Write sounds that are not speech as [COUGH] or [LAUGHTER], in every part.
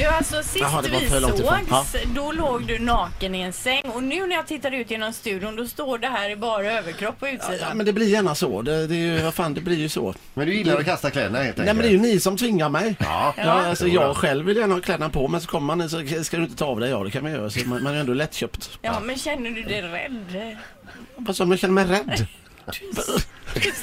Ja, alltså, sist Jaha, det var vi för långt ifrån. Ja. sågs, då låg du naken i en säng. Och nu när jag tittar ut genom studion, då står det här i bara överkropp på Ja, utsidan. men det blir gärna så. Det, det, är ju, vad fan, det blir ju så. Men du gillar att kasta kläderna helt Mm. Nej, men det är ju ni som tvingar mig. Ja. Ja, alltså, Jo då. jag själv vill gärna ha kläderna på, men så kommer man så ska du inte ta av dig. Ja, det kan man göra. Så man, man är ändå lättköpt. Ja, men känner du dig rädd? Fast om jag känner mig rädd.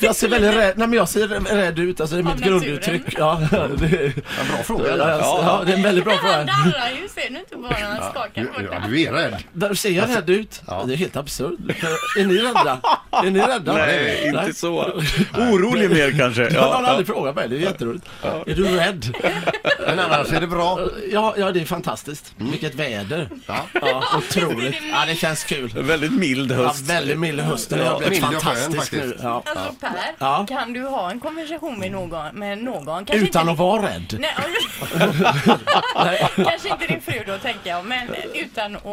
Jag ser väldigt rädd, nej men jag ser rädd ut, alltså det är Av mitt naturen. grunduttryck. Ja, det är, En bra fråga. ja, eller? ja, det är en väldigt bra Han fråga. darrar ju, ser du inte bara när han skakar Du, på ja, det? du är rädd. Där ser jag rädd ut? Ja. Det är helt absurt. Är ni rädda? Är ni rädda? Nej, inte så. Orolig mer kanske. Ja, Han har ja. aldrig frågat mig, det är jätteroligt. Är du rädd? Men annars är det bra. Ja, ja det är fantastiskt. Mm. Vilket väder. Ja. Ja, [LAUGHS] otroligt. Ja, det känns kul. Väldigt mild Ja, höst. väldigt mild höst. Den har Ja, blivit mild och skön fantastisk nu. faktiskt. Ja. Alltså Per, Ja. kan du ha en konversation med någon? Med någon? Kanske Utan inte... att vara [LAUGHS] rädd. Nej, [LAUGHS] alltså- kanske inte din fru då tänker jag, men utan att eh,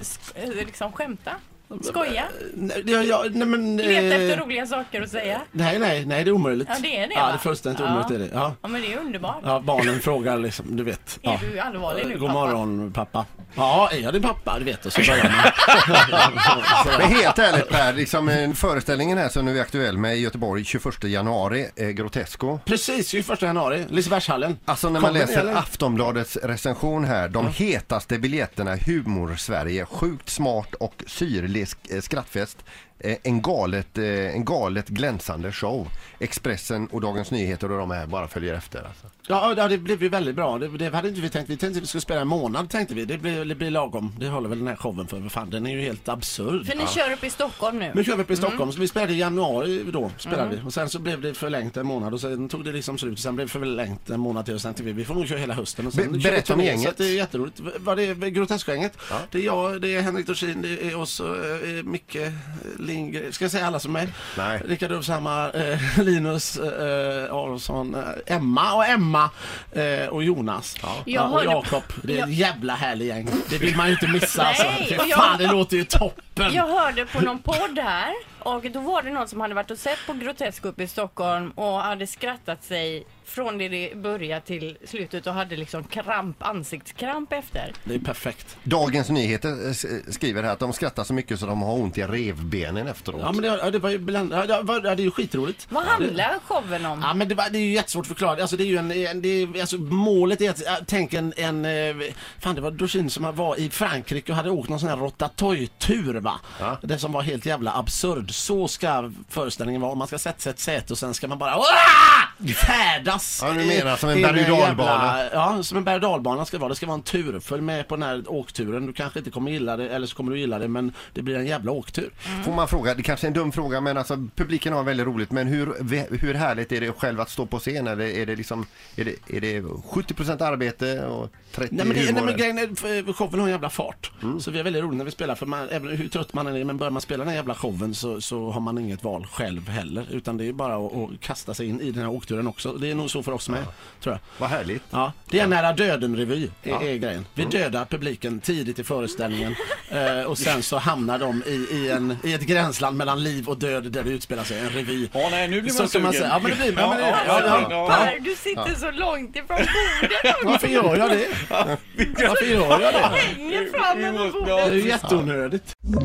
sk- eh, liksom skämta. Skoja, Nej, jag- jag- nej, men... leta eh, efter roliga saker att säga. Nej, nej, nej, det är omöjligt. Ja, det är det, Ja, va? det är fullständigt Ja. omöjligt. Är det. Ja. Ja men det är underbart. ja, barnen frågar liksom, du vet. Är Ja. du allvarlig nu God pappa? morgon pappa. Ja, är jag din pappa? Du vet, och så börjar [LAUGHS] man. Men helt ärligt Per, liksom, eh, föreställningen här som nu är aktuell med i Göteborg 21 januari, eh, Grotesco. Precis, 21 januari, Lisebergshallen. Alltså när Kommer man ni, läser eller? Aftonbladets recension här, de hetaste biljetterna Humor-Sverige, sjukt smart och syrlig sk- eh, skrattfest, eh, en galet, eh, en galet glänsande show. Expressen och Dagens Nyheter och de här bara följer efter. Alltså. Ja, ja, det blev ju väldigt bra. Det, det hade inte vi tänkt. Vi tänkte att vi skulle spela en månad tänkte vi. Det blir, det blir lagom. Det håller väl den här showen för. Vad Fan, den är ju helt absurd. För ni kör upp i Stockholm nu? Nu kör vi upp i Stockholm, så vi spelade i januari då. Spelade vi. Och sen så blev det förlängt en månad och sen tog det liksom slut. Sen blev det förlängt en månad till och sen till vi, vi får nog köra hela hösten. Och sen Be- kör vi berätta om turné, gänget. så att Det är jätteroligt. V- Vad det är, Groteskgänget. Det är jag, det är Henrik Dorsin, det är oss, eh, Micke eh, Lindgren. Ska jag säga alla som är? Nej. Rickard Ulfshammar, eh, [LAUGHS] Linus eh, Aronsson, eh, Emma och Emma eh, och Jonas. Ja. Jag och hörde- Jakob. Det är ett jävla härlig gäng. Det vill man ju inte missa alltså. Nej, Fy och jag- fan, det låter ju toppen. Jag hörde på någon podd här och då var det någon som hade varit och sett på Grotesco uppe i Stockholm och hade skrattat sig från det det började till slutet och hade liksom kramp, ansiktskramp efter. Det är perfekt. Dagens Nyheter eh, s- skriver här att de skrattar så mycket så de har ont i revbenen efteråt. Ja men det, ja, det var ju bland, ja, det, var, ja, det är ju skitroligt. Vad handlar showen om? Ja men det, var, det är ju jättesvårt att förklara. Alltså det är ju en, en det är, alltså målet är att, äh, tänk en, en, eh, fan det var Dorsin som var i Frankrike och hade åkt någon sån här rotatouille-tur va? Det som var helt jävla absurd. Så ska föreställningen vara. Man ska sätta sig i ett säte och sen ska man bara "Åah!" färdas. Ja, du menar som en i- i berg- och jävla- dalbana. Ja, som en berg och dalbana ska det vara. Det ska vara en tur. Följ med på den här åkturen. Du kanske inte kommer gilla det, eller så kommer du gilla det, men det blir en jävla åktur. Får man fråga, det kanske är en dum fråga men alltså publiken har väldigt roligt men hur, ve- hur härligt är det själv att stå på scen eller är det liksom, är det, är det 70% arbete och 30% Nej men, det, nej, humor? men grejen är, för showen har en jävla fart. Så vi är väldigt roligt när vi spelar för man, även hur trött man än är, men börjar man spela den här jävla showen så, så har man inget val själv heller. Utan det är bara att, att kasta sig in i den här åkturen också. Det är nog så för oss med, tror jag. Vad härligt. Ja, det är en nära döden-revy, är, är grejen. Vi Mm. dödar publiken tidigt i föreställningen eh, och sen så hamnar de i, i, en, i ett gränsland mellan liv och död där det utspelar sig en revy. Ja, nej, nu blir Så man kan man sugen. säga, ja, men det blir man, men det- ja, ja, ja. Per, Alltså, du sitter så långt ifrån bordet Varför gör jag det? Varför gör jag det? och hänger fram över bordet. Det är ju jätteonödigt.